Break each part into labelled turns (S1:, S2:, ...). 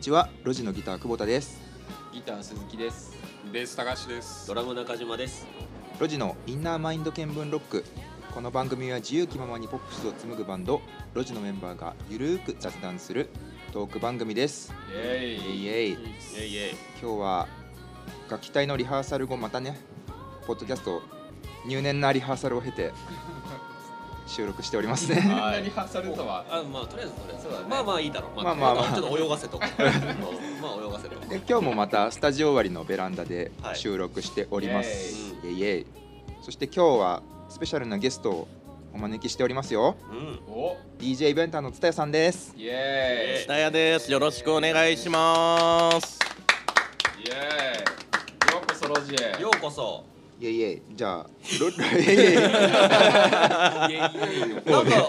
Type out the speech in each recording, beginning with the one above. S1: ちは路地のギター久保田です
S2: ギター鈴木です。
S3: ベース高橋です
S4: ドラム中島です。
S1: 路地のインナーマインド見聞ロックこの番組は自由気ままにポップスを紡ぐバンド路地のメンバーがゆるーく雑談するトーク番組です
S2: イ
S1: イエ
S2: エ
S1: イ
S2: イ。
S1: エイ
S4: イエイイエイ。
S1: 今日は楽器隊のリハーサル後またねポッドキャスト入念なリハーサルを経て収録しておりますね
S2: こんなにハーサルとは。
S4: あ、まあとりあえずとりあえず。
S2: そうだね
S4: まあまあいいだろう。
S1: まあまあまあ
S4: ちょっと泳がせとこ う。うんまあ泳がせとこう。
S1: で今日もまたスタジオ終わりのベランダで
S4: はい
S1: 収録しておりま
S4: う
S1: す、
S4: ん
S1: イエイイエイそして今日はスペシャルなゲストをお招きしておりますよ
S4: うん。
S2: お、
S1: DJ ベンターの蔦谷さんです
S2: イエイ。
S5: タヤです。よろしくお願いします。
S2: イエイ。ようこそロジへ。
S4: ようこそ。
S1: イエイイエイじ ゃあロイエイイエイ
S4: なんか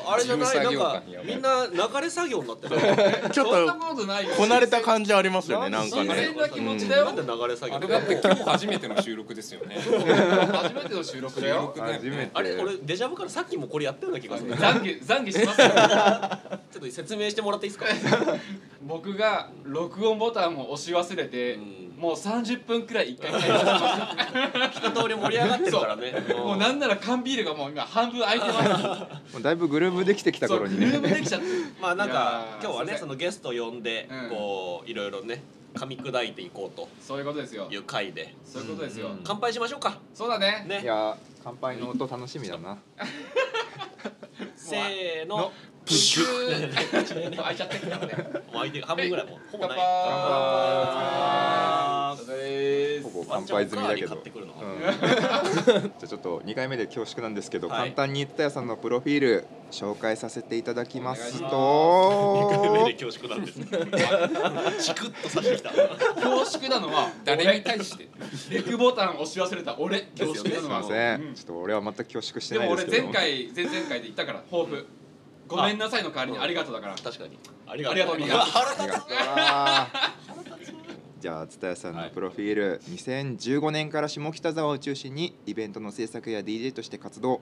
S4: あれじ
S2: 事務
S4: ゃないな
S2: 作
S4: ん
S2: 業
S4: か
S2: 感やばい
S4: みんな流れ作業になってる。な
S5: ちょっ
S2: そんな
S5: と
S2: ことないよ。
S5: こなれた感じありますよね。なんか
S2: 新鮮
S5: ね。
S2: な気持ちだよ。
S4: んで流れ作業
S3: あれだって今日初めての収録ですよね
S2: 初めての収録だよ。
S1: 初めて
S4: あれ俺デジャブからさっきもこれやったような気がする。ちょ
S2: 懺悔懺悔しますよ。
S4: っと説明してもらっていいですか。
S2: 僕が録音ボタンを押し忘れて、
S4: うん
S2: もう30分くらい一回回してま
S4: 一通り盛り上がってるからね。
S2: す。もうなんなら缶ビールがもう今半分空いてま
S1: もうだいぶグルーブできてきた
S2: す。そう
S1: 頃
S2: グル
S1: に
S2: ーブ
S1: ね
S2: できちゃってる。
S4: まあな
S2: い
S4: ん
S2: や
S4: か
S2: ー
S4: 今日
S2: す
S4: は
S2: いませ
S4: ね
S2: ん
S4: そのゲスト呼んで
S2: うん
S4: こういろいろね噛み砕いていこうと
S2: そういうことですよ
S4: い。う回で
S2: そういうことですよ。
S1: うんうん
S4: 乾杯しましょうか。
S2: そうだね。
S1: い
S4: ね。
S1: やー乾杯の音楽しみだな
S4: せーの。
S2: プシュー。開いちゃってるからね。
S4: もう相手半分ぐらいもうほぼ
S2: 乾
S4: な
S2: 杯
S4: い。
S2: お疲れ様
S1: ほ
S2: です
S1: ぼ乾杯済みだけ
S4: ワンチャンおかわり買
S1: ど
S4: ってくるの
S1: うん じゃあちょっと2回目で恐縮なんですけど、
S4: はい
S1: 簡単に蔦谷さんのプロフィール紹介させていただきます
S4: 二
S1: と
S4: 回目で恐縮なんですね。チクッとさしてきた。
S2: 恐縮なのは
S3: 誰に対して
S2: レクボタン押し忘れた俺恐縮な
S1: す
S2: の
S1: い
S2: は
S1: ません、
S2: うん
S1: ちょっと俺は全く恐縮して
S2: で
S1: ない
S2: も
S1: です
S2: 俺
S1: けど
S2: 前回前々回で言ったから抱負ごめんなさいの代わりにありがとうだから
S4: 確かに。あり
S2: ありがとうみん
S4: うわ
S2: な
S4: 腹
S1: あ
S4: 立
S1: り
S4: つ
S1: がとうなじゃあ蔦谷さんのプロフィール、2015年から下北沢を中心にイベントの制作や DJ として活動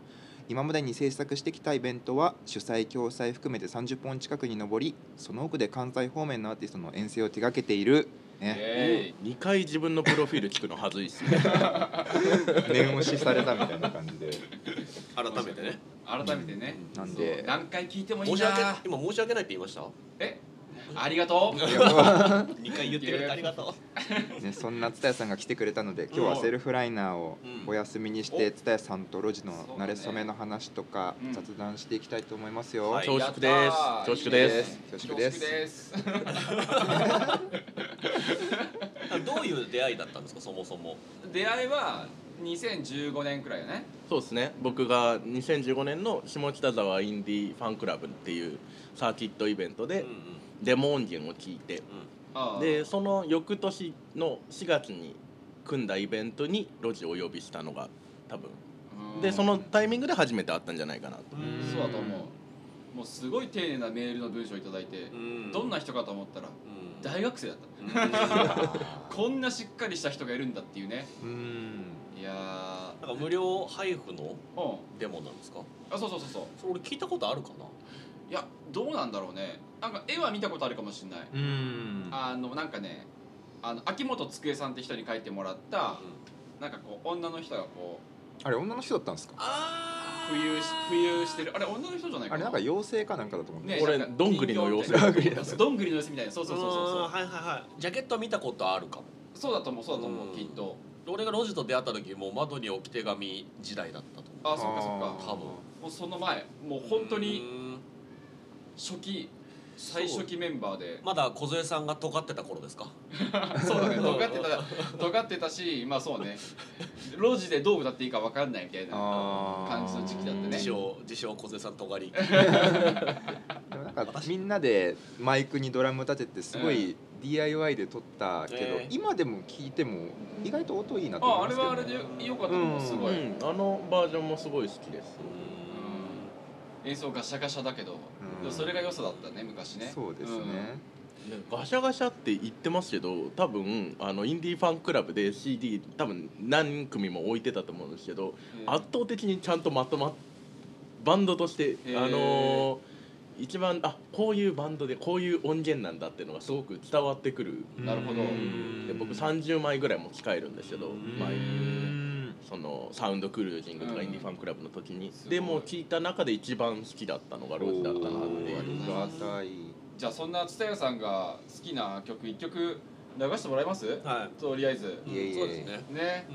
S1: 今までに制作してきたイベントは主催共催含めて30本近くに上りその奥で関西方面のアーティストの遠征を手掛けている、ね、
S2: え
S5: 二回自分のプロフィール聞くのはずいっすね。
S1: 念押しされたみたいな感じで
S4: 改めてね。
S2: ー改めてね
S1: なんで
S2: 何回聞いてもい
S4: 申
S2: い
S4: し訳
S2: な
S4: 今申し訳ないって言いました。
S2: えありがとう
S4: 二回言ってくれてありがと
S1: ね、そんな蔦屋さんが来てくれたので今日はセルフライナーを
S4: うん
S1: お休みにし
S2: お
S1: て蔦屋さんと路地の
S2: そうだね
S1: 慣れ初めの話とか
S2: うん
S1: 雑談していきたいと思いますよ。
S4: はい
S5: 恐縮です。恐縮で
S1: いい
S5: す。
S1: 恐縮です
S2: す恐縮です
S4: う。どういう出会いだったんですかそもそも。
S2: 出会いは2015年くらいよね
S5: そうですね。僕が2015年の下北沢インディファンクラブっていうサーキットイベント
S4: うん
S5: で
S4: うん
S5: デモ音源を聞いて、
S2: あー
S5: でその翌年の4月に組んだイベントに路地をお呼びしたのが多分。
S2: うん
S5: でそのタイミングで初めて会ったんじゃないかなと。
S4: うん
S2: そうだと思うもうすごい丁寧なメールの文章をいただいて
S4: うん
S2: どんな人かと思ったら
S4: うん
S2: 大学生だった
S4: うん
S2: こんなしっかりした人がいるんだっていうね
S1: うん。
S2: いやー
S4: なんか無料配布の
S2: うん
S4: デモなんですか。
S2: あそうそうそうそう
S4: それ俺聞いたことあるかな。
S2: いやどうなんだろうねなんか絵は見たことあるかもしれない
S1: うん。
S2: あのなんかねあの秋元机さんって人に書いてもらった
S4: うん
S2: なんかこう女の人がこ
S1: あれ女の人だったんですか。
S4: あ
S2: う浮遊し浮遊してるあれ女の人じゃないかな
S1: あれなんか妖精かなんかだと思うんだ
S2: ね
S5: これ
S2: なんか
S5: どんぐりの妖
S2: 人
S5: 精
S2: 形みたいなどんぐりの妖精みたいなそうそうそうそうそう
S4: はいはいはい。ジャケットは見たことあるかも。
S2: そうだと思うそうだと思
S4: うん
S2: うきっと
S4: 俺が路地と出会った時もう窓に置き手紙時代だったと思う
S2: あそっかそっ
S1: あー
S2: か
S4: 多分
S2: もうその前もう本当
S4: う
S2: に
S4: ーん
S2: 初期最初期メンバーで
S4: まだ梢さんが尖ってた頃ですか
S2: そうだね 尖ってた尖ってたしまあそうね路地でどう歌っていいか分かんないみたいな
S1: あー
S2: 感じの時期だったね
S4: 自称自称梢さん尖 り
S1: でもなんかみんなでマイクにドラム立ててすごい DIY で撮ったけど、
S4: ええ
S1: 今でも聞いても意外と音いいなと
S2: あ
S1: 思
S2: あ
S1: い
S2: れ
S1: ますけど、
S2: はあれでよかったと思うす
S5: う
S2: ごい、
S5: ん、あのバージョンもすごい好きです。
S2: 演奏ガシャガシャだけど、
S1: うん
S2: でもそれが良さだったね昔ね
S1: そうですね。
S5: ねガシャガシャって言ってますけど多分あのインディーファンクラブで CD 多分何組も置いてたと思うんですけど、
S2: うん
S5: 圧倒的にちゃんとまとまっバンドとして、
S2: ー
S5: あのー一番あこういうバンドでこういう音源なんだっていうのがすごく伝わってくる
S2: なるほど
S5: で僕30枚ぐらい持ち帰るんですけど毎そのサウンドクルージングと
S2: う
S5: か
S2: ん
S5: インディーファンクラブの時に
S3: すごい
S5: でもう聞いた中で一番好きだったのがロジだったなっ
S1: あ
S5: ていう
S1: りがたい
S2: じゃあそんな蔦屋さんが好きな曲一曲流してもらえます
S4: は
S2: とりあえず
S1: いえいえ
S4: い。そうですね。
S2: ね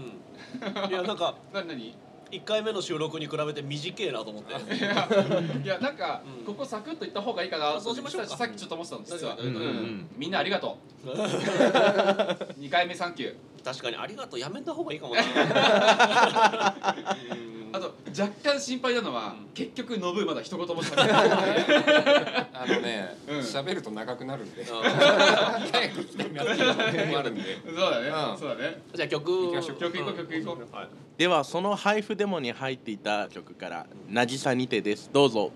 S4: うん。いやなんか
S2: な何
S4: 一回目の収録に比べて短いなと思って。
S2: いや いやなんか、ここサクッといった方がいいかなと
S4: そうしましょうか
S2: さっきちょっと思ってたんです実は、
S4: うん
S1: うんうん
S2: みんなありがと う2回目サンキュー
S4: 確かにありがとうやめた方がいいかもな。
S2: あと若干心配なのは、結局ノブまだ一言もしゃべってない
S3: あのね
S2: うん
S3: 喋、ると長くなるんで早く聞きたくなってくるのもあるんで
S2: そうだね、
S3: うん
S2: そうだね
S4: じゃあ曲を
S3: 行きましょう
S2: 曲いこう曲いこう
S4: はい。
S5: ではその配布デモに入っていた曲から「なぎさにて」ですどうぞ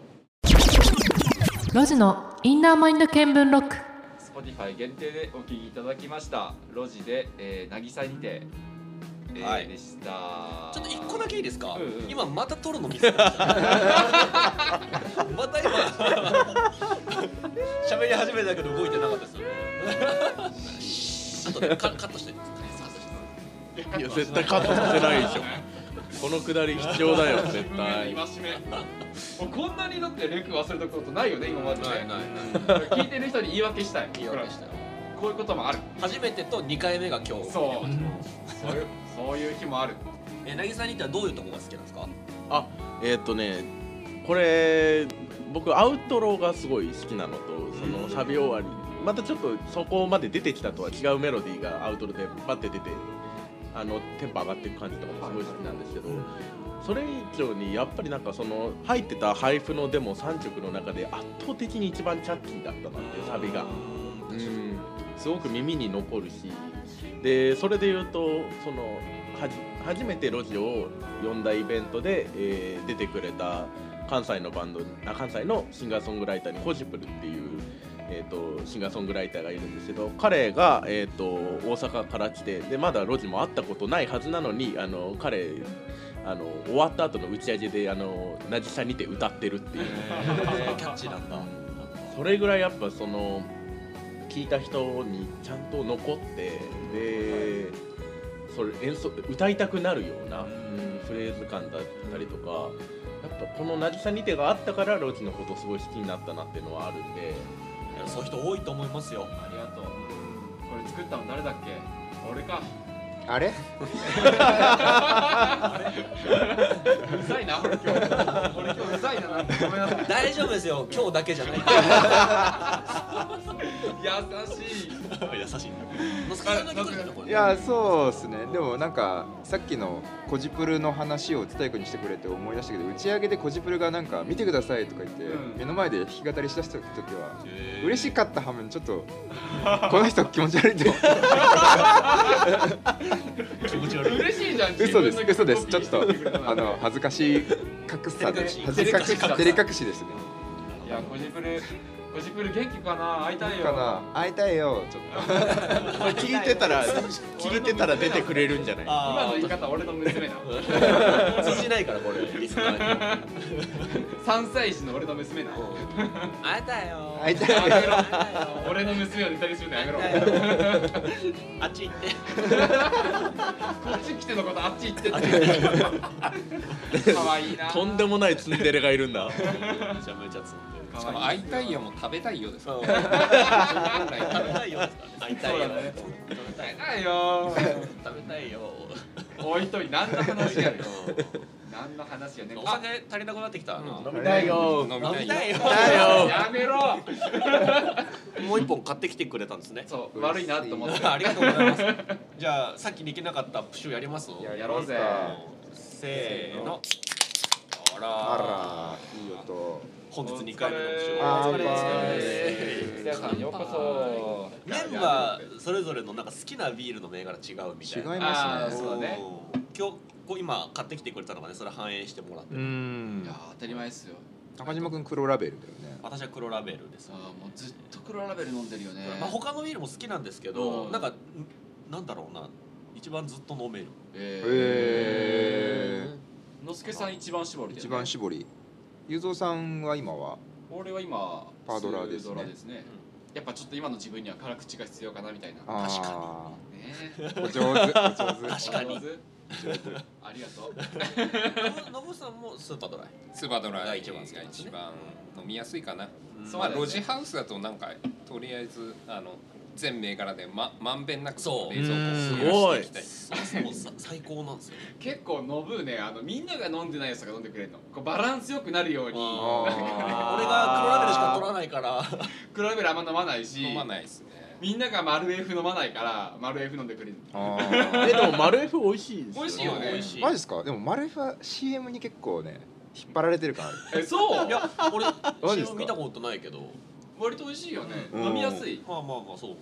S6: ロジのインナーマインド見聞録
S2: Spotify 限定でお聴きいただきました路地で、えー、渚にて、えー
S7: はい
S2: でした
S4: ちょっと一個だけいいですか
S2: うんうん。
S4: 今また撮るのミスり ました。また今喋り始めたけど動いてなかったですよね。あとでカカットして。
S5: いや絶対カットさせないでしょこのくだり必要だよ絶対
S2: 今締めもうこんなにだってレク忘れたことないよね今までね
S4: ないないない。
S2: 聞いてる人に言い訳したい
S4: 言い訳したい
S2: こういうこともある
S4: 初めてと二回目が今日。
S2: そうそういうそういう日もある
S4: えなぎさんにってはどういうとこが好きなんですか。
S5: あえーっとねこれ僕アウトローがすごい好きなのとそのサビ終わりまたちょっとそこまで出てきたとは違うメロディーがアウトローでバッて出てあのテンポ上がっていく感じとかもすごい好きなんですけどそれ以上にやっぱりなんかその入ってた配布のデモ3曲の中で圧倒的に一番チャッキーだったなっていうサビが。
S3: うん
S5: すごく耳に残るしでそれで言うとそのはじ初めて路地を呼んだイベントで、えー出てくれた関西のバンドあ関西のシンガーソングライターにホジプルっていう、えー、とシンガーソングライターがいるんですけど彼が、えー、と大阪から来てでまだ路地も会ったことないはずなのにあの彼あの終わった後の打ち上げで「あのなじさにて歌ってるっていう。
S4: キャッチーなんだ。
S5: それぐらいやっぱその聞いた人にちゃんと残ってで、それ演奏歌いたくなるような、フレーズ感だったりとかやっぱこの「渚にて」があったからロチのことすごい好きになったなっていうのはあるんで
S4: いやそういう人多いと思いますよ。
S2: ありがとうこれ作ったの誰だっけ俺か
S1: あれ
S2: うざいな俺今日俺今日うざいななんてごめんなさい
S4: 大丈夫ですよ。今日だけじゃない。
S2: 優しい
S4: 優しい。のすかさんだけ来るんだこれ。
S1: いやそうですねでもなんかさっきのコジプルの話を伝えくにしてくれて思い出したけど打ち上げでコジプルがなんか「見てください」とか言って、
S2: うん
S1: 目の前で弾き語りした時は
S4: へー
S1: 嬉しかった反面ちょっとこの人気持ち悪いと思 って
S4: 気持ち悪い。
S2: 嬉しいじゃん自
S1: 嘘
S2: 分の
S1: です嘘ですちょっと
S2: コピーしてくれたの
S1: あの恥ずかしい隠さで
S4: 照
S1: 恥
S4: れ
S1: ずか
S4: 隠
S1: し
S4: し
S1: 照れ隠しですね
S2: いやコジプルコジプル元気かな会いたいよ
S1: かな会いたいよちょっと
S5: これ聞いてたら聞いてたら出てくれるんじゃない
S2: 今の
S4: あ
S2: 言い方俺の娘な
S4: あ通じないからこれ。リスナーに
S2: 3歳児の俺の娘な
S4: 会えたよ。
S1: 会いたい
S2: やめろ
S4: 会えたよ
S2: 俺の娘をネタにするのやめろ
S4: 会えたよあっち行って。
S2: こっち来てのことあっち行ってって可愛いな
S5: とんでもないツンデレがいるんだ
S4: めちゃめちゃつ
S3: しかも会いたいよも食べたいよですから
S4: 食べたいよ。会いた
S2: そう
S4: いよ
S2: だ。ね食べたいよ
S4: 食べたいよ。
S2: おいとい何の話やるよ何の話やね
S4: お酒足りなくなってきたな。
S5: 飲みたいよ
S3: 飲
S4: 飲
S3: み
S4: み
S3: た
S4: た
S3: い
S4: い
S3: よ
S4: よ。
S2: あやめろ
S4: もう一本買ってきてくれたんですね。
S2: そう悪いなと思って
S4: ありがとうございます。じゃあさっきできなかったプシュやります。
S2: やろうぜ
S4: せーの。あら。
S1: あらいい音
S4: 本日二回目のプシュ。
S1: あ
S2: お
S1: ー
S2: 疲れ
S1: 乾
S2: です
S1: 杯
S2: 皆さんようこそ
S4: メンバーそれぞれのなんか好きなビールの銘柄違うみたいな。
S1: 違い
S2: あ
S1: ま
S2: ー
S1: すね
S2: そうだね
S4: うん。今日こう今買ってきてくれたのがねそれ反映してもらって
S1: う
S4: る。
S1: ん
S2: いや当たり前ですよ
S1: 中島君黒ラベルだよね
S4: 私は黒ラベルです
S2: さ。あもうずっと黒ラベル飲んでるよね
S4: まあ他のビールも好きなんですけど、
S2: うん
S4: なんかんなんだろうな一番ずっと飲める。
S2: え
S1: へえ
S2: のすけさん一番絞りだよ
S1: 一
S2: ね
S1: 番絞りゆうぞうさんは今は
S2: 俺は今
S1: パードラーですね
S2: スねやっぱちょっと今の自分には辛口が必要かなみたいな
S1: あ
S4: 確
S1: あ
S2: ね
S1: お上手お 上手
S4: 確かに
S2: 上手ありがとう
S4: ノブさんもスーパードライ
S3: スーパードライ
S4: が
S3: が
S4: 一
S3: 一
S4: 番好
S3: 番
S4: きなんですね
S3: 飲みやすいかな、
S2: そう
S3: まあ
S2: だよね
S3: ロジハウスだとなんかとりあえずあの全銘柄でままんべんなく
S4: そう
S3: 冷
S5: う
S3: 蔵庫
S5: ん
S3: 増やしていきたい
S4: そうそうもうさ最高なんですよ
S2: 結構飲むねあのみんなが飲んでないやつとか飲んでくれるのこうバランスよくなるように
S4: あ
S1: あ
S4: 俺が黒ラベルしか取らないから
S2: 黒ラベルあんま飲まないし
S3: 飲まないですね
S2: みんなが丸 F 飲まないから丸 F 飲んでくれる
S1: あ
S5: えでも丸 F 美味しいです
S2: 美味しいよね
S4: 美味し
S1: ー
S4: い
S1: マジですかでもマルフは CM に結構ね引っ張られてる感ある
S2: えそう
S4: いや俺
S1: マジっすか
S4: CM 見たことないけど
S2: 割と美味しいよね
S1: うん
S2: 飲みやすい
S4: まあまあまあそう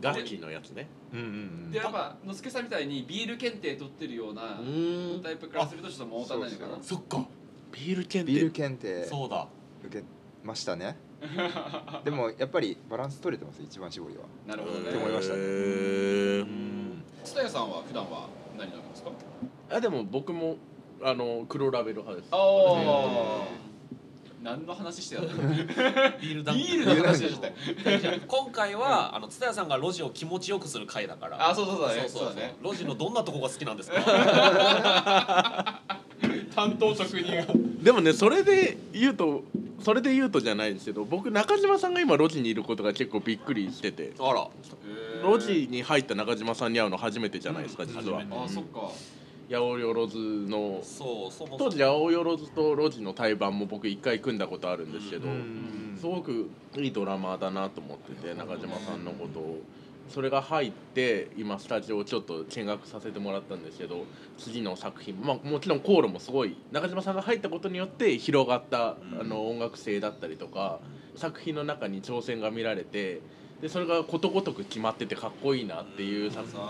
S5: ガッキーのやつね
S1: うん
S2: でやっぱのすけさんみたいにビール検定取ってるような
S5: うん
S2: タイプからするとちょっと物足りないのかな
S4: そっか
S5: ビール検
S1: ビール
S5: 定
S1: 検定
S4: そうだ
S1: 受けましたねでもやっぱりバランス取れてます一番絞りは
S2: なるほ
S1: って
S2: ど
S1: 思い
S2: ね
S1: ましたね
S5: うん
S2: 蔦谷さんは普段は何飲みますか
S5: あでも僕もあの黒ラベル派です
S2: ああ何の話してたのビ
S4: ビール
S2: ールの話でしたよ
S4: 今回はあの蔦屋さんが路地を気持ちよくする回だから
S2: あそうそうそうだね
S4: そう
S2: そうだね
S4: 路地のどんなとこが好きなんです か
S2: 担当職人
S5: でもねそれで言うとそれで言うとじゃないんですけど僕中島さんが今路地にいることが結構びっくりしてて
S4: あら
S5: 路地に入った中島さんに会うの初めてじゃないですか実は
S4: 初めて
S2: あそっか
S5: 八百万の
S4: そうそもそ
S5: 当
S4: も
S5: 時八百万と路地の対バンも僕一回組んだことあるんですけど、すごくいいドラマーだなと思ってて中島さんのことをそれが入って今スタジオをちょっと見学させてもらったんですけど次の作品、まあ、もちろんコールもすごい中島さんが入ったことによって広がった、
S4: うん
S5: あの音楽性だったりとか作品の中に挑戦が見られてでそれがことごとく決まっててかっこいいなっていう作品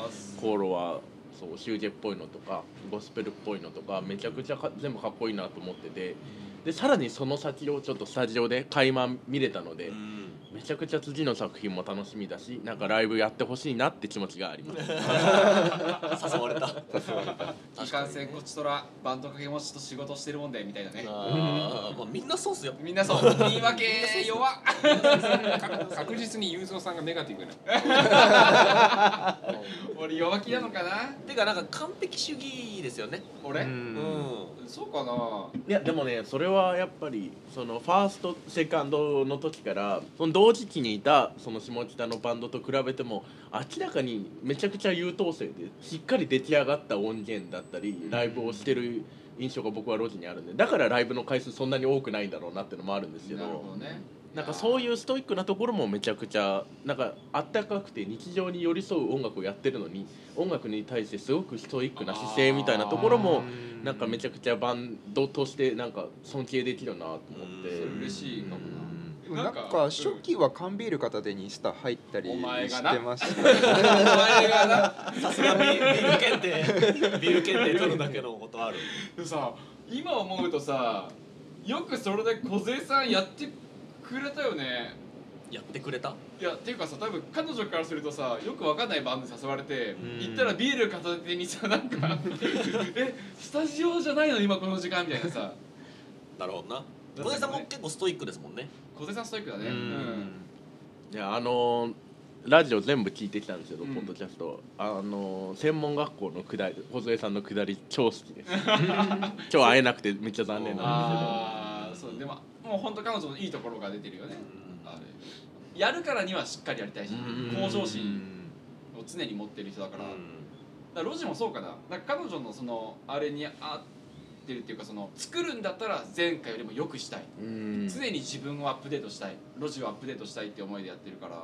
S5: コールはそうシュージェっぽいのとかゴスペルっぽいのとかめちゃくちゃか全部かっこいいなと思っててでさらにその先をちょっとスタジオで垣間見れたので、
S4: うん
S5: めちゃくちゃ次の作品も楽しみだしなんかライブやってほしいなって気持ちがあります
S4: 誘われた
S2: いかんせんこっちとらバンド掛け持ちと仕事してるもんでみたいなね
S4: あーまあみんなそうっすよ
S2: みんなそう言い訳弱っ
S3: か確実に雄三さんがネガティブな
S2: 俺弱気なのかな
S4: てかなんか完璧主義ですよね
S2: 俺
S4: うん
S2: そうかない
S5: やでもねそれはやっぱりそのファーストセカンドの時からその同時期にいたその下北のバンドと比べても明らかにめちゃくちゃ優等生でしっかり出来上がった音源だったりライブをしてる印象が僕は路地にあるんでだからライブの回数そんなに多くないんだろうなってのもあるんですけ
S2: なる
S5: ど
S2: ほどね
S5: なんかそう
S2: う
S5: いうストイックなところもめちゃくちゃなんかあったかくて日常に寄り添う音楽をやってるのに音楽に対してすごくストイックな姿勢みたいなところもなんかめちゃくちゃバンドとしてなんか尊敬できるなと思って
S4: うん
S2: 嬉しいかも
S1: うんなんか初期は缶ビール片手にスタ入ったり
S2: お前が
S1: し
S2: な
S1: てましたね
S2: なお前がな
S4: さすがビビール 検定ビール検定取るだけのことある
S2: でもさ今思うとさよくそれで小杉さんやってくれたよね
S4: やってくれた
S2: いやっていうかさ多分彼女からするとさよくわかんないバンドに誘われて
S1: ん
S2: 行ったらビール片手にさなんかえスタジオじゃないの今この時間みたいなさ
S4: なるほどな小林さんも結構ストイックですもんね
S2: 小杉さんストイックだね
S1: う
S2: うんん
S5: いやあのーラジオ全部聞いてきたんですけど、
S2: うん
S5: ポッドキャストあのー専門学校のくだり梢さんのくだり超好き です超会えなくてめっちゃ残念なんで
S2: ああそうでももう本当彼女のいいところが出てるよねあれやるからにはしっかりやりたいし
S5: うん
S2: 向上心を常に持ってる人だからだからロジもそうかななんか彼女のそのあれに合ってるっていうかその作るんだったら前回よりも良くしたい
S5: すけどうん
S2: 常に自分をアップデートしたいロジをアップデートしたいって思いでやってるから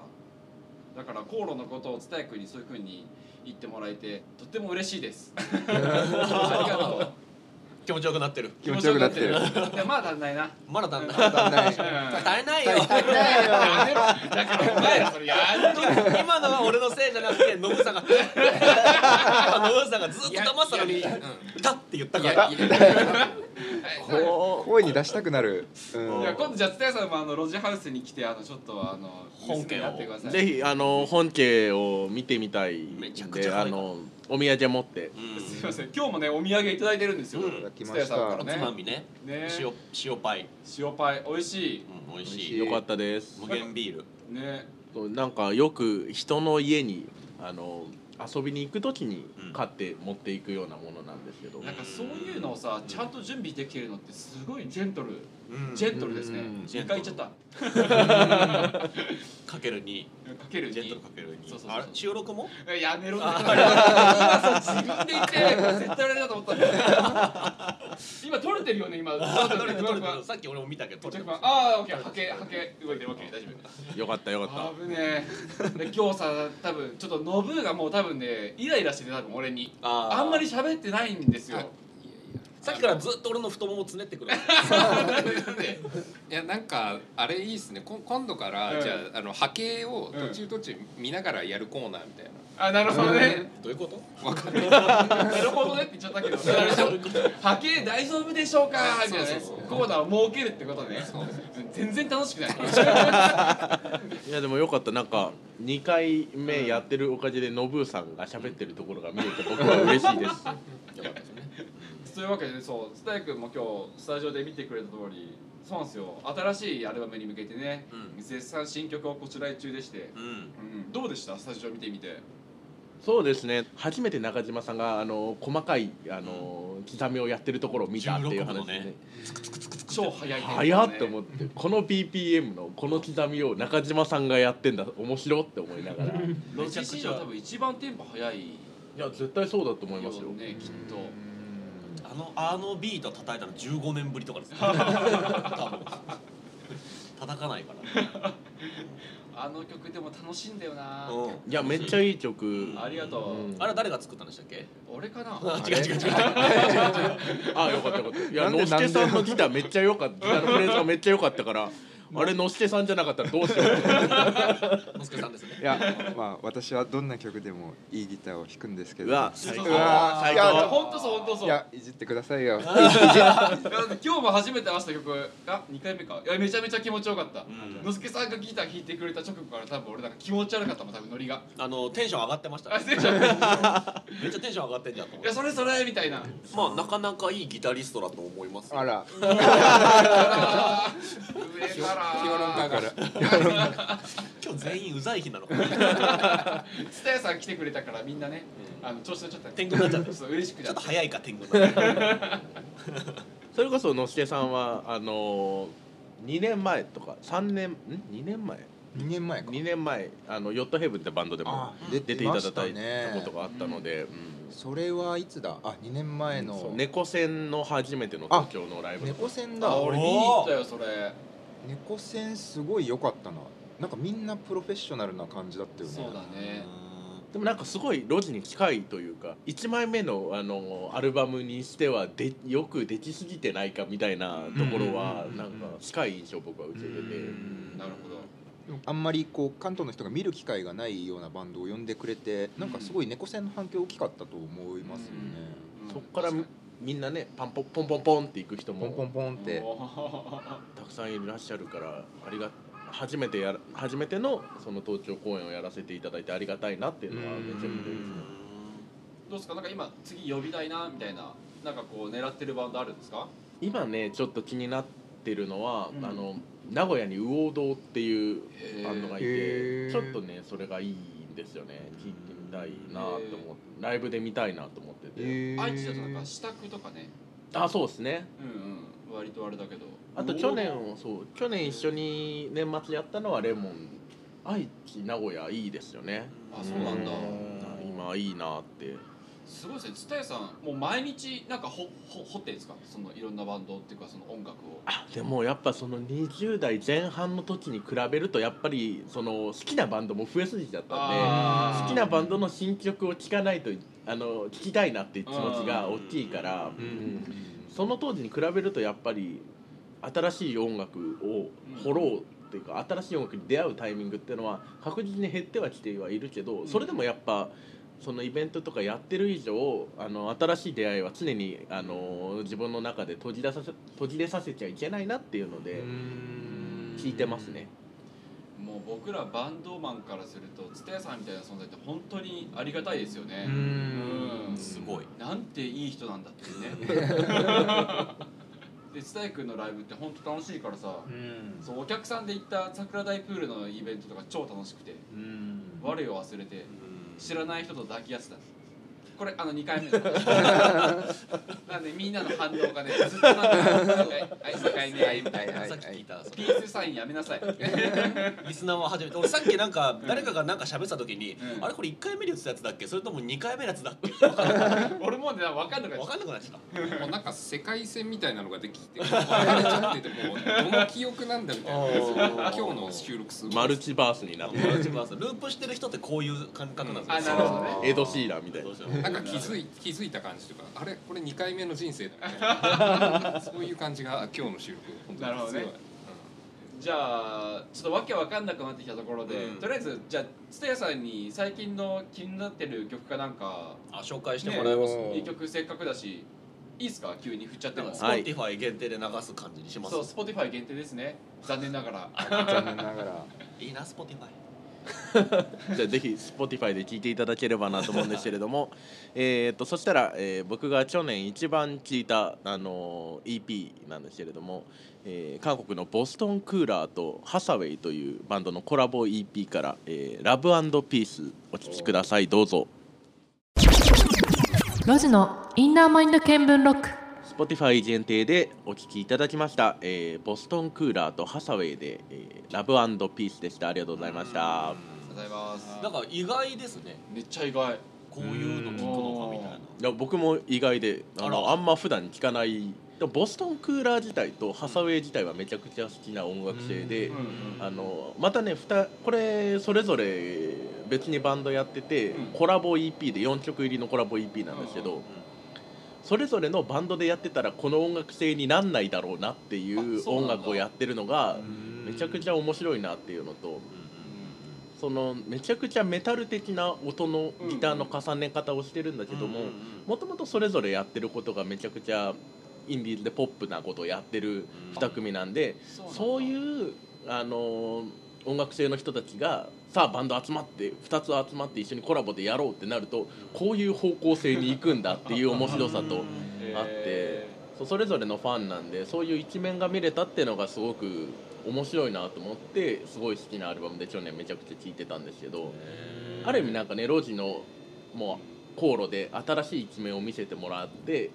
S2: だから航路のことを伝え君にそういうふうに言ってもらえてとっても嬉しいですありがとう
S4: 気持ちよくなってる
S1: 気持ちよくなってる
S2: いやまだ足んないな
S4: まだだんだ
S1: 当たんない
S4: 耐えないよ
S2: やめろだからお前らそれやんの
S4: 今のは俺のせいじゃなくてノブさんが今ノブさんがずっと黙ってたのに「た」って言ったから
S5: こ
S1: 声に出したくなるうん
S2: いや今度じゃあ蔦屋さんもあのロジハウスに来てあのちょっとあの
S4: 本
S2: 娘
S4: 家を
S2: やってください
S5: ぜひあの本家を見てみたいんで
S4: めちゃくちゃ可
S5: あ
S4: 愛いから
S5: のお土産持って
S2: すいません今日もねお土産いただいてるんですよ
S4: うん
S1: いただきま
S2: 蔦屋
S1: し
S2: さん
S1: た
S2: から
S4: おつま
S2: ね
S4: みね
S2: ね
S4: 塩塩パイ、
S2: 塩パイ美味しい
S4: うん、美味しい
S1: 美味しい
S5: よかったです
S4: 無限ビール
S2: ね
S5: そうなんかよく人の家にあの遊びに行く時に
S4: うん
S5: 買って持っていくようなものなんですけど、
S2: なんかそういうのをさちゃんと準備できてるのってすごいジェントル
S4: うん
S2: ジェントルですね
S1: うん
S2: 一回言っちゃったか
S4: かける2
S2: ける
S4: ジェントル
S2: 2
S4: かける2
S2: そうそうそう
S4: あれ収録も
S2: えやめろって今さ自分で言って絶対あれだと思ったんだよ今取れてるよね今
S4: あ
S2: 取
S4: 撮
S2: れ
S4: れ
S2: て
S4: て
S2: る取れて
S4: る撮れて
S2: る
S4: るさっき俺も見たけど撮れてます
S2: ああーオッケーはけはけ動いてるオッケー大丈夫
S5: よかったよかっ
S2: 危ねえで今日さ多分ちょっとノブがもう多分ねイライラしてて多分俺に
S4: あー
S2: あんまり喋ってないんですよ
S4: さっきからずっと俺の太ももつねってくる
S3: いやなんかあれいいっすねこ今度から、
S2: うん
S3: じゃああの波形を
S2: うん
S3: 途中途中見ながらやるコーナーみたいな、
S2: あなるほどね
S4: どういうこと
S3: わかんない
S2: なるほどねって言っちゃったけど波形大丈夫でしょうかみたいなね
S3: そうそうそう
S2: コーナーを設けるってことね
S3: そう
S2: 全然楽しくない
S5: たいやでもよかったなんか2回目やってるおかげでノブーさんが喋ってるところが見れて僕は嬉しいです
S2: そういうわけでねそう蔦谷君も今日スタジオで見てくれた通りそうなんですよ新しいアルバムに向けてね、
S4: う
S2: 絶賛新曲をこちらへ中でして、
S4: うん
S2: うんどうでしたスタジオ見てみて
S5: そうですね初めて中島さんがあの細かいあの刻みをやってるところを見たっていう話で、ね
S4: 16のね
S2: 超早いね
S5: 早っと思ってこの BPM のこの刻みを中島さんがやってんだ面白って思いながらい
S2: ロジシーンは多分一番テンポ早い
S5: や絶対そうだと思います
S2: よ
S5: よ
S2: ねきっと
S4: あのあのビート叩いたの15年ぶりとかです ね多分叩かないから
S2: あの曲でも楽しいんだよな、
S5: いやめっちゃいい曲
S2: ありがとう、
S5: うん
S4: あれ誰が作ったんでしたっけ
S2: 俺か な
S4: 違う違う違う
S5: あよかったよかったい
S1: な
S5: や
S1: んで
S5: のすけさんのギターめっちゃ良かったギターのフレーズがめっちゃ良かったからあれのすけさんじゃなかったらどうしよう
S4: のすけさんですね
S1: いや、まあ私はどんな曲でもいいギターを弾くんですけど。
S5: うわ
S2: そうそ
S5: 最高
S2: う
S1: うわ
S5: 最
S1: いや
S5: 高
S2: 本当そう本当そう
S1: い
S2: いや
S1: やいじってくださいよ。
S2: だって今日も初めて合わせた曲あ二回目かいやめちゃめちゃ気持ちよかった、
S4: ん
S2: のすけさんがギター弾いてくれた直後から多分俺なんか気持ち悪かったもん多分ノリが
S4: あのテンション上がってました
S2: あ
S4: ね
S2: せ いちゃんいや
S4: めっちゃテンション上がってんじゃんと思って
S2: それそれみたいな
S4: まあなかなかいいギタリストだと思います よ
S1: あら、
S2: あー上から
S3: 評論家から
S4: 今日全員うざい日なのか
S2: 蔦屋さん来てくれたからみんなねあの調子乗っちゃった
S4: 天狗になっ ちゃった
S2: そう嬉しく
S4: ち
S2: な
S4: ょ
S2: っ
S4: っと
S2: て
S4: 早いか天狗な
S5: それこそのすけさんはあの2年前とか3年ん2年前
S1: 2年前か。
S5: 2年前あのヨットヘブンってバンドでも
S1: あ
S5: 出ていただいた
S1: 出てました
S5: ことがあったので、うん
S1: それはいつだ。あ、2年前
S5: そう
S1: の。
S5: 猫戦の初めての東京のライブ
S1: 猫戦だ
S2: あ。俺見に行ったよそれ
S1: 猫戦すごい良かったな。なんかみんなプロフェッショナルな感じだったよね。
S2: そうだね
S5: でもなんかすごい路地に近いというか1枚目のあのアルバムにしてはでよくできすぎてないかみたいなところはなんか近い印象を僕は受けて
S2: なるほど
S1: あんまりこう関東の人が見る機会がないようなバンドを呼んでくれて、なんかすごい猫戦の反響大きかったと思いますよね。
S5: てそこからみんなねパンポポンポンポンっていく人
S1: ポンポン
S5: も
S1: ポンって。
S5: たくさんいらっしゃるからありが初めてやら初めてのその東京公演をやらせていただいてありがたいなっていうのはめちゃくちゃいいですね。
S2: どうですかなんか今次呼びたいなみたいななんかこう狙ってるバンドあるんですか
S5: 今ねちょっと気になってるのは、
S2: うん
S5: あの名古屋に魚堂っていう
S2: へー
S5: バンドがい
S1: へ
S5: て
S1: ー
S5: ちょっとねそれがいいんですよね聴いてみたいなと思ってライブで見たいなと思ってて
S2: 愛知だとなんか支度とかね
S5: あそうですね
S2: うんうん割とあれだけど
S5: あと去年そう去年一緒に年末やったのはレモン愛知名古屋いいですよね
S2: あそうなんだ
S5: うん今いいなって
S2: すごいですね蔦屋さんもう毎日なんかほほ掘ってんですかそのいろんなバンドっていうかその音楽を
S5: あでもやっぱその20代前半の時に比べるとやっぱりその好きなバンドも増えすぎちゃったんで
S2: あー
S5: 好きなバンドの新曲を聴かないとあの聴きたいなっていう気持ちが大きいから、
S1: うん
S5: その当時に比べるとやっぱり新しい音楽を掘ろうっていうか新しい音楽に出会うタイミングっていうのは確実に減ってはきてはいるけどそれでもやっぱ。そのイベントとかやってる以上あの新しい出会いは常にあの自分の中で閉じ出させ閉じれさせちゃいけないなっていうので聞いてますね。
S2: うもう僕らバンドマンからすると蔦屋さんみたいな存在って本当にありがたいですよねうん
S4: すごい
S2: なんていい人なんだっていうねで蔦屋君のライブって本当楽しいからさ、
S1: うん
S2: そうお客さんで行った桜台プールのイベントとか超楽しくて、
S1: うん
S2: 我を忘れて知らない人と抱き合ってたこれあの2回目なんでみんなの反応がねずっとなんか「はい世界にはい」みたいな
S1: はい
S4: さっき聞いたそ
S2: ピースサインやめなさい
S4: のリスナーは初めて俺さっきなんか誰かがなんか喋ってた時に、
S2: うん
S4: あれこれ1回目で言ってたやつだっけそれとも2回目のやつだっけ
S2: 俺もね分かんなか
S4: 分
S2: っ
S4: かんなくなっちゃっ
S3: もうなんか世界線みたいなのができて分かれちゃっててもうどの記憶なんだみたいな今
S4: あー
S3: 日の収録すごい
S5: マルチバースになってる
S4: た自分はさループしてる人ってこういう感覚なん
S2: たあ
S4: です
S2: な
S4: よ
S2: るほどね
S5: エド・シーラーみたいな
S4: どうしよ
S3: なんか
S4: う
S3: 気づい気づいた感じとかあれこれ2回目の人生だみたいなそういう感じが今日の収録本当
S2: な
S3: にすごい
S2: るほどねじゃあちょっとわけわかんなくなってきたところで、
S4: うん
S2: とりあえずじゃあ蔦屋さんに最近の気になってる曲かなんか
S4: あ紹介して
S2: ね
S4: もらえます、
S2: いい曲せっかくだしいいっすか急に振っちゃっても、
S5: はい
S4: Spotify 限定で流す感じにします
S2: そう Spotify 限定ですね残念ながら
S1: 残念ながら
S4: いいな Spotify
S5: じゃあぜひ Spotify で聴いていただければなと思うんですけれども えーっとそしたら、えー僕が去年一番聴いた、あのー EP なんですけれども、えー韓国のボストン・クーラーとハサウェイというバンドのコラボ EP から「えー、ラブピース」お聴きくださいどうぞ
S6: ロジのインナーマインド見聞録
S5: Spotify 限定でお聴きいただきました、えーボストン・クーラーとハサウェイで「えーラブピース」でしたありがとうございました
S2: ございます
S4: なんか意外ですね
S2: めっちゃ意外
S4: こういうの聞くのかみたいない
S5: や僕も意外であの
S4: あら
S5: あんま普段聞かないでもボストンクーラー自体とハサウェイ自体はめちゃくちゃ好きな音楽性で、
S2: うんうん
S5: あのまたねふたこれそれぞれ別にバンドやってて、
S2: うん
S5: コラボ EP で4曲入りのコラボ EP なんですけど、
S2: うん
S5: それぞれのバンドでやってたらこの音楽性になんないだろうなってい
S2: あ
S5: う
S2: そうなん
S5: 音
S2: だ
S5: 楽をやってるのがめちゃくちゃ面白いなっていうのと。そのめちゃくちゃメタル的な音のギターの重ね方をしてるんだけども、もともとそれぞれやってることがめちゃくちゃインディーズでポップなことをやってる2組なんでそう
S2: う
S5: いうあのー音楽性の人たちがさあバンド集まって2つ集まって一緒にコラボでやろうってなるとこういう方向性に行くんだっていう面白さ
S2: な
S5: と
S2: んだ
S5: あってそうそれぞれのファンなんでそういう一面が見れたっていうのがすごく面白いなと思ってすごい好きなアルバムで去年めちゃくちゃ聴いてたんですけどある意味なんかねロジのもう航路で新しい一面を見せてもらって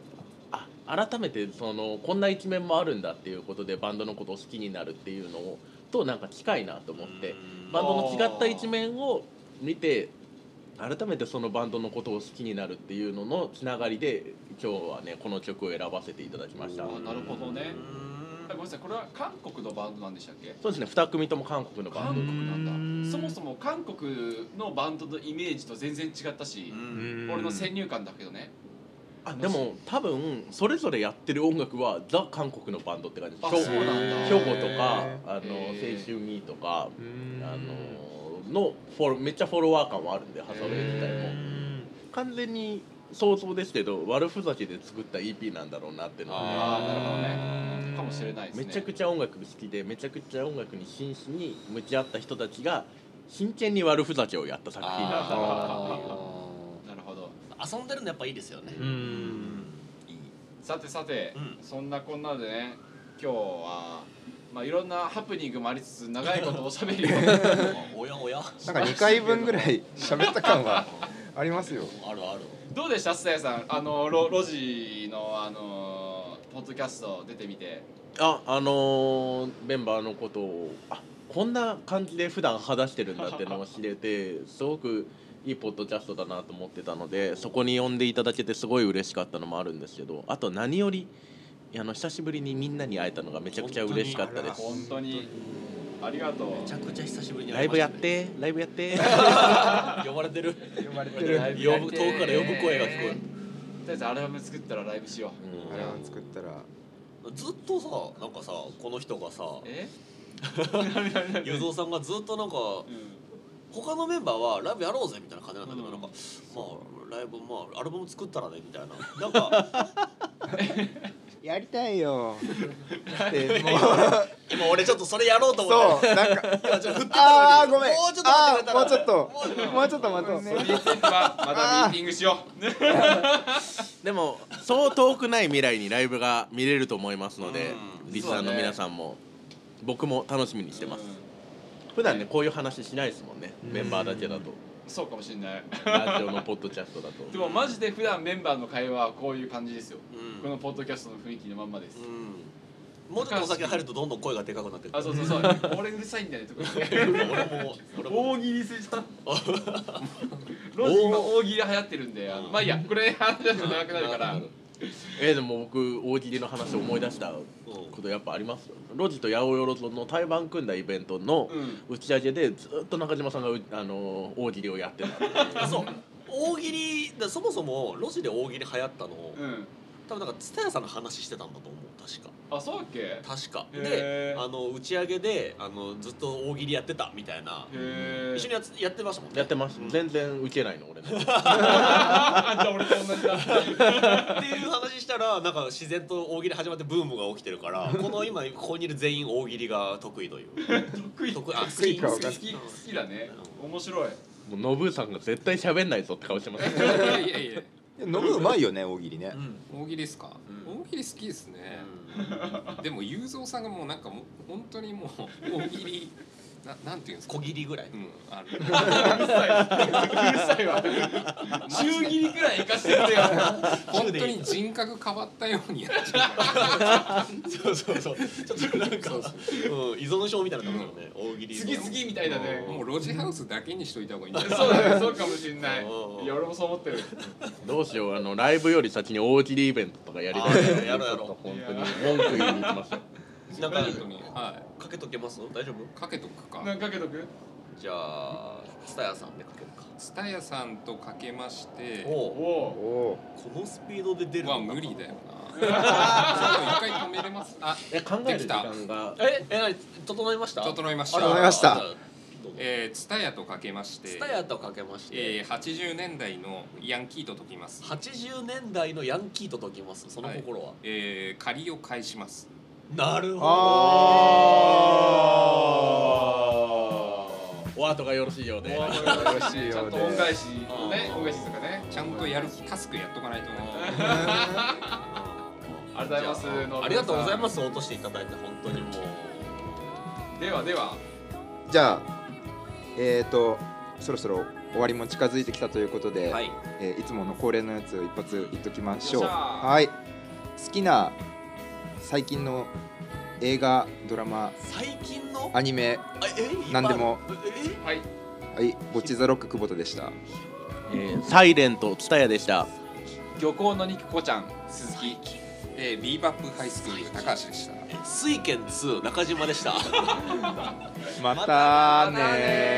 S5: あ改めてそのこんな一面もあるんだっていうことでバンドのことを好きになるっていうのをとなんか近いなと思ってバンドの違った一面を見て改めてそのバンドのことを好きになるっていうののつながりで今日はねこの曲を選ばせていただきました
S2: あなるほどねごめんなさいこれは韓国のバンドなんでしたっけ
S5: そうですね2組とも韓国のバ
S2: 韓
S5: ンド
S2: 国なんだそもそも韓国のバンドのイメージと全然違ったし俺の先入観だけどね
S5: あでも多分それぞれやってる音楽はザ・韓国のバンドって感じ
S2: あ
S5: 兵庫
S2: そうなんだ
S5: 兵庫とかあの青
S2: へー
S5: 春にとかあ
S1: あ
S5: ののフォローめっちゃフォロワー感はあるんでハサウェイ自体も完全に想像ですけど悪ふざけで作った EP なんだろうなっていうのは
S2: あ
S5: ね
S2: あなるほどねかもしれないですね
S5: めちゃくちゃ音楽好きでめちゃくちゃ音楽に真摯に向き合った人たちが真剣に悪ふざけをやった作品なんだろうなっていう。
S2: なるほど
S4: 遊んでるのやっぱいいですよねいい
S2: さてさて、
S4: うん
S2: そんなこんなでね今日はまあいろんなハプニングもありつつ長いことおしゃべりを
S4: おやおや
S1: なんか二回分ぐらい喋った感はありますよ
S4: あるある
S2: どうでした須田さんあのロロジのあのポッドキャスト出てみて
S5: ああのーメンバーのことをあこんな感じで普段話してるんだっていうのを知れてすごくいいポッドキャストだなと思ってたのでそこに呼んでいただけてすごい嬉しかったのもあるんですけどあと何よりあの久しぶりにみんなに会えたのがめちゃくちゃ嬉しかったです
S2: 本当にありがとう
S4: めちゃくちゃ久しぶりに
S5: ラ
S4: 会
S5: イ
S4: いま
S5: ブ
S4: し
S5: や
S4: た
S5: っ
S4: ね
S5: てライブやって
S4: 呼ばれてる
S1: 呼ばれてるあれ
S4: 呼ぶ遠くから呼ぶ声が聞こ
S2: と
S4: える
S2: りあえずアルバム作ったらライブしよう
S1: を作ったら
S4: ずっとさなんかさこの人がさ
S2: え
S4: ゆずおさんがずっとなんか
S2: うん
S4: 他のメンバーはライブやろうぜみたいな感じなんだけど、
S2: うん
S4: なんか まあライブまあアルバム作ったらねみたいななんか
S1: やりたい よでもう
S4: 今俺ちょっとそれやろうと思
S1: そ
S4: っ
S1: う
S4: て
S1: なんか
S4: 今ちょっと振って
S1: あー
S4: たの
S1: ご
S4: に
S1: めん
S4: もうちょっと待ってくれたら
S1: あーもうちょっともうちょっと待とう
S2: それについてはまたミーティングしよう。ね
S5: でもそう遠くない未来にライブが見れると思いますので、
S2: うん
S5: リスナーの皆さんも、僕も楽しみにしてます、普段ねこういう話しないですもんね、メンバーだけだと
S2: そうかもしれない。
S5: ラジオのポッドキャストだと
S2: でもマジで普段メンバーの会話はこういう感じですよ。
S4: うん
S2: このポッドキャストの雰囲気のまんまです。
S4: うんもうちょっとお酒入るとどんどん声がでかくなってくる
S2: あ、そうそう そう。俺うるさいんだよね、特に。
S4: 俺も俺も
S2: 大喜利すぎた。ロジ今大喜利流行ってるんで、あのまあいいや、これ話だと長くなるから。
S5: えーでも僕大喜利の話思い出したことやっぱありますよロジと八百万の対バン組んだイベントの
S2: うん。
S5: 打ち上げでずっと中島さんがうあのー大喜利をやってた
S4: あそう大喜利だそもそも路地で大喜利流行ったの
S2: うん。
S4: 多分なんか蔦屋さんの話してたんだと思う確か
S2: あ、そうだっけへ
S4: 確か
S2: へ
S4: で
S2: ー
S4: あの打ち上げであのずっと大喜利やってたみたいな
S2: え。
S4: 一緒にやつやってましたもんね
S5: やってます
S4: うん
S5: 全然ウケないの俺の
S2: あじゃあ俺と同じだ。
S4: っていう話したらなんか自然と大喜利始まってブームが起きてるから この今ここにいる全員大喜利が得意という
S2: 得意。好
S4: 得意あ好
S1: 得意
S4: き
S1: か
S4: 好
S1: 分か
S4: き
S1: ん
S2: き好きだね。面白い。
S5: もうノブーさんが絶対喋んないぞって顔してます
S3: やいやいや
S1: 飲むうまいよね大喜利ね
S4: うん
S3: 大喜利です
S4: う
S3: か、
S4: ん
S3: 大喜利好きですね、でも雄三さんがもうなんかもう本当にもう大喜利ななんていうんですか
S4: 小切りぐらい
S3: うんある
S2: うるさいわ。中切りくらい生かしてくれよ。
S3: 本当に人格変わったようにやっちゃうから
S4: そうそうそうちょっとなんか
S3: そうそう
S4: うん依存症みたいな感じだもんね大喜利
S2: 次々みたいだね。
S3: もうロジハウスだけにしといた方がいいんじゃない
S2: そうだね、そうかもしれない。
S4: うん
S2: いや、俺もそう思ってる。
S5: どうしようあのライブより先に大喜利イベントとかやりた
S4: あ
S5: い
S4: ーやろうやろう
S5: ちょっと本当に文句言いに行きましょう
S4: なん
S3: 本
S4: か
S3: 当には
S4: かけとけます大丈夫
S3: いかけとくか
S2: 何かけとく
S4: じゃあ蔦屋さんでかけるか
S3: スタヤさんとかけまして
S4: お
S2: お
S4: お
S1: お
S2: お
S1: お
S4: このスピードで出るの
S3: は
S4: か
S3: 無理だよなそういうの一回止めれますあ
S5: え考える時
S3: で
S5: 間が
S4: ええ何整いました
S3: 整いまし
S1: 整い
S3: た
S1: ました
S3: えー、ツタヤとかけまして
S4: スタヤとかけまして
S3: えー、80年代のヤンキーと解きます、
S4: 80年代のヤンキーと解きますその心は
S3: えー、借りを返します
S4: なるほど
S5: お後がよろしいようで
S2: よろし
S1: いよね
S2: ちゃんと恩返しをね
S4: う、ん
S2: 恩返しとかね。
S3: ちゃんとやるタスクやっとかないとね
S2: ありがとうございます
S4: ありがとうございます落としていただいて本当にもう
S2: ではでは、
S1: じゃあえっ、とそろそろ終わりも近づいてきたということで、
S4: はい
S1: えーいつもの恒例のやつを一発言っときましょう
S2: よっしゃー
S1: はい好きな最近の映画ドラマ
S4: 最近の
S1: アニメ
S4: あえ
S1: なんでも
S4: え
S2: はい。
S1: はいボッチザロック久保田でした
S5: えーサイレント蔦屋でした
S2: 漁港の肉子ちゃん、鈴木。
S3: えー、ビーバップハイスクール高橋でした
S4: 水拳2中島でした
S1: またねー